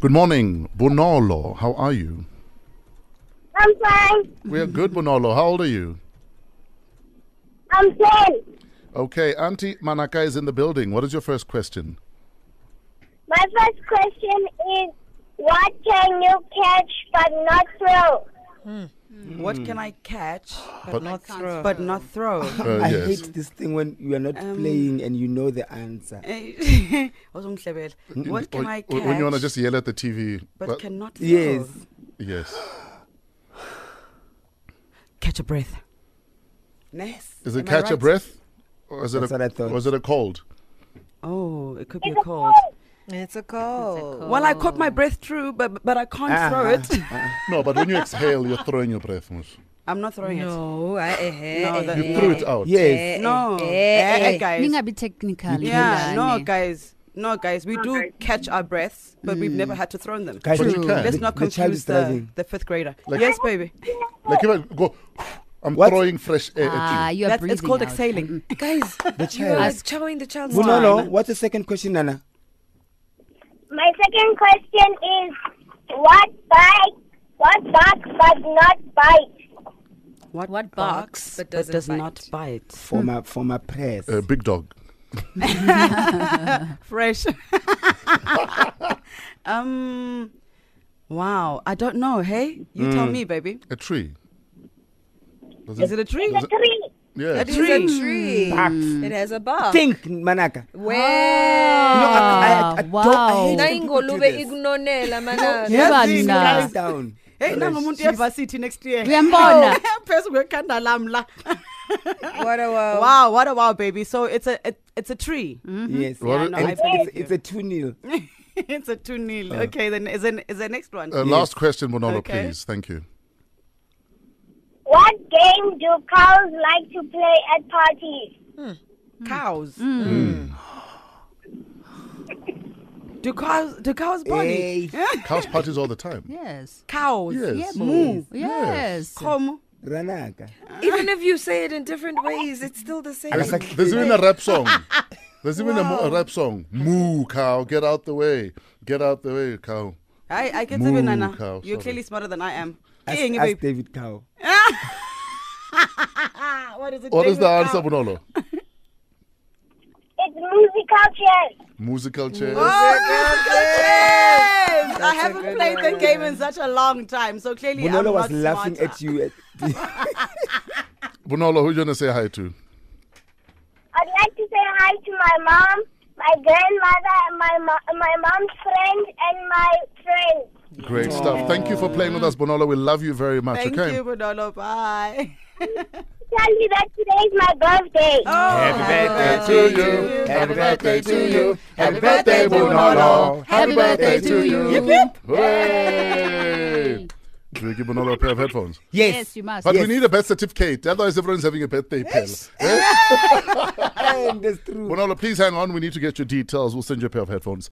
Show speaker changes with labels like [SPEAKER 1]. [SPEAKER 1] Good morning, Bonolo. How are you?
[SPEAKER 2] I'm fine.
[SPEAKER 1] We are good, Bonolo. How old are you?
[SPEAKER 2] I'm ten.
[SPEAKER 1] Okay, Auntie Manaka is in the building. What is your first question?
[SPEAKER 2] My first question is, what can you catch but not throw?
[SPEAKER 3] What can I catch but,
[SPEAKER 1] Hmm. But-
[SPEAKER 3] not
[SPEAKER 4] Can't
[SPEAKER 3] throw?
[SPEAKER 4] throw.
[SPEAKER 3] But not throw.
[SPEAKER 1] Uh,
[SPEAKER 5] I
[SPEAKER 1] yes.
[SPEAKER 5] hate this thing when you are not playing and you know the answer.
[SPEAKER 3] Um, Eh, Uzonghlebele. what can
[SPEAKER 1] Or-
[SPEAKER 3] I
[SPEAKER 1] or
[SPEAKER 3] catch?
[SPEAKER 1] Mm, When you want to just yell at the TV.
[SPEAKER 3] but
[SPEAKER 1] Well,
[SPEAKER 3] cannot throw.
[SPEAKER 5] Yes.
[SPEAKER 1] yes.
[SPEAKER 3] Catch a breath. Yes.
[SPEAKER 1] Is it
[SPEAKER 3] Am I
[SPEAKER 1] catch a
[SPEAKER 3] right?
[SPEAKER 1] breath? Or is it
[SPEAKER 5] That's
[SPEAKER 1] a,
[SPEAKER 5] what I thought.
[SPEAKER 1] Was it a cold?
[SPEAKER 3] Oh, it could be
[SPEAKER 2] It's
[SPEAKER 3] a cold.
[SPEAKER 4] It's a cold.
[SPEAKER 3] Well, I caught
[SPEAKER 4] Oh.
[SPEAKER 3] my breath through, but but I can't throw it.
[SPEAKER 1] No, but when you exhale, you're throwing your breath. Mush.
[SPEAKER 3] I'm not throwing
[SPEAKER 4] No, I, eh, eh,
[SPEAKER 3] No,
[SPEAKER 4] eh,
[SPEAKER 3] that-
[SPEAKER 1] You
[SPEAKER 4] eh,
[SPEAKER 1] threw it out.
[SPEAKER 5] Yes.
[SPEAKER 4] eh,
[SPEAKER 3] No.
[SPEAKER 4] eh,
[SPEAKER 3] Eh, eh,
[SPEAKER 4] eh,
[SPEAKER 3] guys.
[SPEAKER 6] Ningabe technical.
[SPEAKER 3] it. Yeah, no,
[SPEAKER 6] Mlungane.
[SPEAKER 3] guys. No, guys. We do catch our breaths, but we've never had to throw them.
[SPEAKER 5] Guys,
[SPEAKER 1] But you can.
[SPEAKER 3] Let's
[SPEAKER 1] the-
[SPEAKER 3] not
[SPEAKER 5] the child
[SPEAKER 3] confuse
[SPEAKER 5] is
[SPEAKER 3] the,
[SPEAKER 5] driving.
[SPEAKER 3] the fifth grader.
[SPEAKER 1] Like-
[SPEAKER 3] yes, baby.
[SPEAKER 1] Like if I go, I'm
[SPEAKER 5] What?
[SPEAKER 1] throwing fresh air
[SPEAKER 6] Ah,
[SPEAKER 1] at you.
[SPEAKER 6] you are
[SPEAKER 3] That's,
[SPEAKER 6] breathing.
[SPEAKER 3] it's called
[SPEAKER 6] out.
[SPEAKER 3] exhaling.
[SPEAKER 4] Guys,
[SPEAKER 5] The
[SPEAKER 4] you are
[SPEAKER 5] child.
[SPEAKER 4] like chowing the child's
[SPEAKER 5] Well, no, no.
[SPEAKER 4] time.
[SPEAKER 5] What's the second question, Nana?
[SPEAKER 2] My second question is, what bite, what barks but not bite?
[SPEAKER 3] What,
[SPEAKER 6] What barks
[SPEAKER 3] but
[SPEAKER 4] but doesn't
[SPEAKER 3] does
[SPEAKER 4] bite?
[SPEAKER 3] not bite?
[SPEAKER 5] For my for my press.
[SPEAKER 1] Uh, big dog.
[SPEAKER 3] Fresh. um. Wow. I don't know. Hey, you tell me, baby.
[SPEAKER 1] A tree. Does
[SPEAKER 3] Is it a tree?
[SPEAKER 1] does
[SPEAKER 2] Three.
[SPEAKER 1] Yeah.
[SPEAKER 4] It is a tree.
[SPEAKER 6] Mm.
[SPEAKER 4] It has a bark.
[SPEAKER 5] Think, Manaka.
[SPEAKER 4] Well,
[SPEAKER 5] No, I, I, I
[SPEAKER 6] Ah, wow.
[SPEAKER 5] don't. I hate
[SPEAKER 4] na
[SPEAKER 5] when people do
[SPEAKER 4] ingulube
[SPEAKER 5] this.
[SPEAKER 4] ikunonela manana.
[SPEAKER 5] Yes,
[SPEAKER 6] Bana.
[SPEAKER 5] things lying down.
[SPEAKER 3] Hey,
[SPEAKER 5] And I
[SPEAKER 3] nangomuntu
[SPEAKER 5] she's-
[SPEAKER 3] yevasithi next year.
[SPEAKER 6] Uyambona?
[SPEAKER 3] Phezu kwekhanda lam la.
[SPEAKER 4] What a wow.
[SPEAKER 3] Wow, what a wow, baby. So it's a it, it's a tree.
[SPEAKER 5] Mm-hmm. Yes.
[SPEAKER 1] What
[SPEAKER 3] Mm-hmm. Yeah, no, I
[SPEAKER 5] And it's,
[SPEAKER 3] believe
[SPEAKER 5] it's,
[SPEAKER 3] you.
[SPEAKER 5] it's a 2 nil.
[SPEAKER 3] it's a two nil. okay, then is an is the next one.
[SPEAKER 1] Uh, Last question, Monolo,
[SPEAKER 3] Okay.
[SPEAKER 1] please. Thank you.
[SPEAKER 2] What game do cows like to play at parties?
[SPEAKER 3] cows. Mm. Do cows do cows body?
[SPEAKER 5] Hey,
[SPEAKER 1] House parties all the time.
[SPEAKER 6] Yes.
[SPEAKER 3] Cows.
[SPEAKER 1] Yes.
[SPEAKER 6] Yeah,
[SPEAKER 1] Moo.
[SPEAKER 6] move. Yes.
[SPEAKER 3] Como.
[SPEAKER 5] Ranaka.
[SPEAKER 4] Even if you say it in different ways, it's still the same.
[SPEAKER 1] There's, there's even a rap song. There's even a mo- a, rap song. Moo cow, get out the way, get out the way, cow.
[SPEAKER 3] I I can
[SPEAKER 1] Moo,
[SPEAKER 3] tell Nana.
[SPEAKER 1] cow,
[SPEAKER 3] You're
[SPEAKER 1] sorry.
[SPEAKER 3] clearly smarter than I am.
[SPEAKER 5] Ask,
[SPEAKER 3] Eng,
[SPEAKER 5] ask
[SPEAKER 3] babe.
[SPEAKER 5] David Cow.
[SPEAKER 3] Ah, what is it?
[SPEAKER 1] What is the
[SPEAKER 3] David Ah.
[SPEAKER 1] answer,
[SPEAKER 3] Cow?
[SPEAKER 1] Monolo?
[SPEAKER 2] It's musical chairs.
[SPEAKER 1] Musical chair.
[SPEAKER 3] Yes, Oh, I
[SPEAKER 4] That's a
[SPEAKER 3] haven't
[SPEAKER 4] good
[SPEAKER 3] played that
[SPEAKER 4] one.
[SPEAKER 3] game in such a long time, so clearly
[SPEAKER 5] Bonolo
[SPEAKER 3] I'm
[SPEAKER 5] was
[SPEAKER 3] not
[SPEAKER 5] laughing
[SPEAKER 3] smarter.
[SPEAKER 5] at you. At
[SPEAKER 1] Bonolo, who you want to say hi to?
[SPEAKER 2] I'd like to say hi to my mom, my grandmother, and my mo- my mom's friend, and my friend.
[SPEAKER 1] Great stuff. Thank you for playing with us, Bonolo. We love you very much.
[SPEAKER 3] Thank
[SPEAKER 1] okay.
[SPEAKER 3] you, Bonolo. Bye.
[SPEAKER 2] Tell you that today is my birthday.
[SPEAKER 3] happy
[SPEAKER 1] birthday to you. Happy birthday to you. Happy birthday, Bonolo. Happy birthday to you.
[SPEAKER 6] Yip, yip.
[SPEAKER 1] Hey. Should we give Bonolo a pair of headphones?
[SPEAKER 5] yes.
[SPEAKER 6] Yes, you must.
[SPEAKER 1] But
[SPEAKER 5] Yes.
[SPEAKER 1] we need a birth certificate. Otherwise, everyone's having a birthday pill.
[SPEAKER 5] and that's true.
[SPEAKER 1] Bonolo, please hang on. We need to get your details. We'll send you a pair of headphones.